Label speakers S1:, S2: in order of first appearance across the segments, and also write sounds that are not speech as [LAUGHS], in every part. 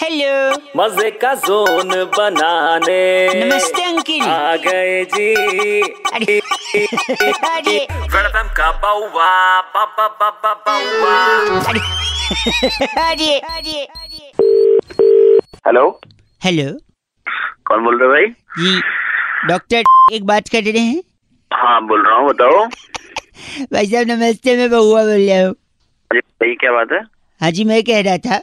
S1: Hello
S2: मजे का zone बनाने
S1: नमस्ते अंकिल
S3: Ah.
S2: आ गए जी
S1: अरे अरे
S2: वेलकम का बाउवा बाबा बाबा बाउवा
S1: अरे अरे
S4: हेलो
S1: हेलो
S4: कौन बोल रहे हो भाई
S1: जी डॉक्टर एक बात कर रहे हैं
S4: हाँ बोल रहा हूँ बताओ
S1: भाई साहब नमस्ते मैं बहुआ बोल रहा हूँ
S4: अरे सही क्या बात है
S1: हाँ जी मैं कह रहा था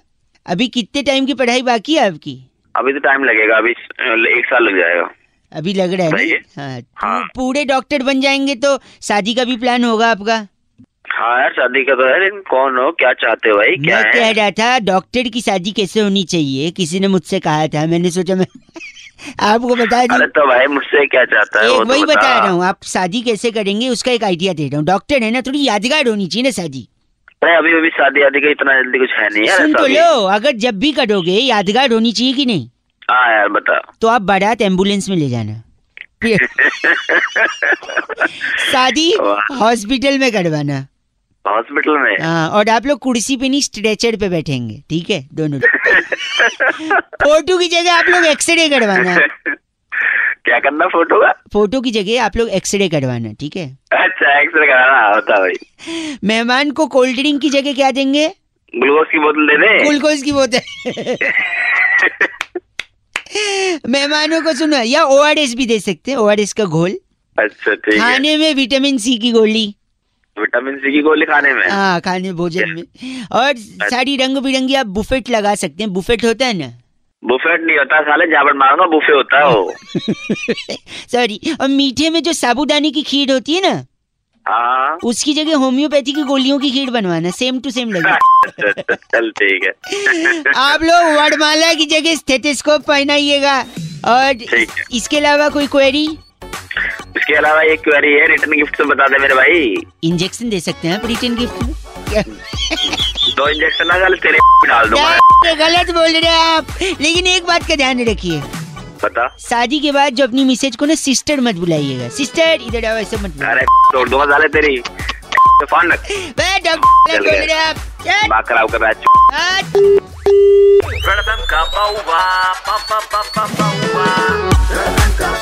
S1: अभी कितने टाइम की पढ़ाई बाकी है आपकी
S4: अभी तो टाइम लगेगा अभी अ, एक साल लग जाएगा
S1: अभी लग रहा है
S4: सही है।
S1: ना? हाँ
S4: हाँ।
S1: तो पूरे डॉक्टर बन जाएंगे तो शादी का भी प्लान होगा आपका
S4: हाँ यार शादी का तो है लेकिन कौन हो क्या चाहते हो भाई क्या
S1: मैं
S4: है
S1: कह रहा था डॉक्टर की शादी कैसे होनी चाहिए किसी ने मुझसे कहा था मैंने सोचा मैं [LAUGHS] आपको बता दूं
S4: अरे तो भाई मुझसे क्या चाहता है वो
S1: एक
S4: तो
S1: वही
S4: बता
S1: बता रहा हूँ आप शादी कैसे करेंगे उसका एक आइडिया दे रहा हूँ डॉक्टर है ना थोड़ी यादगार होनी चाहिए ना शादी
S4: अरे अभी अभी शादी आदि का इतना जल्दी कुछ है नहीं यार
S1: सुन
S4: ऐसा
S1: तो
S4: भी।
S1: लो अगर जब भी करोगे यादगार होनी चाहिए कि नहीं
S4: हाँ यार बता
S1: तो आप बारात एम्बुलेंस में ले
S4: [LAUGHS]
S1: जाना फिर- शादी
S4: वाह।
S1: हॉस्पिटल में करवाना
S4: हॉस्पिटल में
S1: हाँ और आप लोग कुर्सी पे नहीं स्ट्रेचर पे बैठेंगे ठीक है दोनों लोग। हाँ, फोटो की जगह आप लोग एक्सरे करवाना
S4: [LAUGHS] क्या करना फोटो का
S1: फोटो की जगह आप लोग एक्सरे करवाना ठीक है
S4: अच्छा एक्सरे कराना हाँ, बता भाई
S1: मेहमान को कोल्ड ड्रिंक की जगह क्या देंगे
S4: ग्लूकोज की बोतल दे दे
S1: ग्लूकोज की बोतल मेहमानों को सुनो या ओ भी दे सकते हैं ओ का घोल
S4: अच्छा ठीक है
S1: खाने में विटामिन सी की गोली
S4: विटामिन सी की गोली खाने में
S1: हाँ खाने भोजन में और
S4: अच्छा।
S1: सारी रंग बिरंगी आप बुफेट लगा सकते हैं बुफेट होता है
S4: [LAUGHS]
S1: ना
S4: बुफेट नहीं होता साले जाबड़ मारूंगा बुफे होता है वो
S1: सॉरी और मीठे में जो साबूदाने की खीर होती है ना
S4: हाँ [LAUGHS]
S1: उसकी जगह होम्योपैथी की गोलियों की खीर बनवाना सेम टू सेम
S4: [LAUGHS]
S1: लगे
S4: अच्छा, अच्छा, चल ठीक है
S1: आप लोग वर्णमाला की जगह स्टेथोस्कोप पहनाइएगा और
S4: ठीक है।
S1: इसके अलावा कोई क्वेरी
S4: इसके अलावा एक क्वेरी है रिटर्न गिफ्ट तो बता दे मेरे भाई
S1: इंजेक्शन दे सकते हैं आप रिटर्न गिफ्ट
S4: [LAUGHS]
S1: में क्या-
S4: तो दो इंजेक्शन ना साले तेरे [LAUGHS] में डाल दूंगा
S1: ये गलत बोल रहे हैं आप लेकिन एक बात का ध्यान रखिए
S4: बता
S1: शादी के बाद जो अपनी मिसेज को ना सिस्टर मत बुलाइएगा सिस्टर इधर आओ ऐसे मत बुलाइए
S4: अरे [LAUGHS] तोड़ दूंगा साले तेरी [LAUGHS] तो फोन रख
S1: बे, डॉक्टर गलत
S4: चल
S1: बोल
S4: गए।
S1: रहे हैं आप चल,
S4: बात खराब कर रहा है
S1: आज-
S2: वेलकम का बाउवा बाबा बाबा बाउवा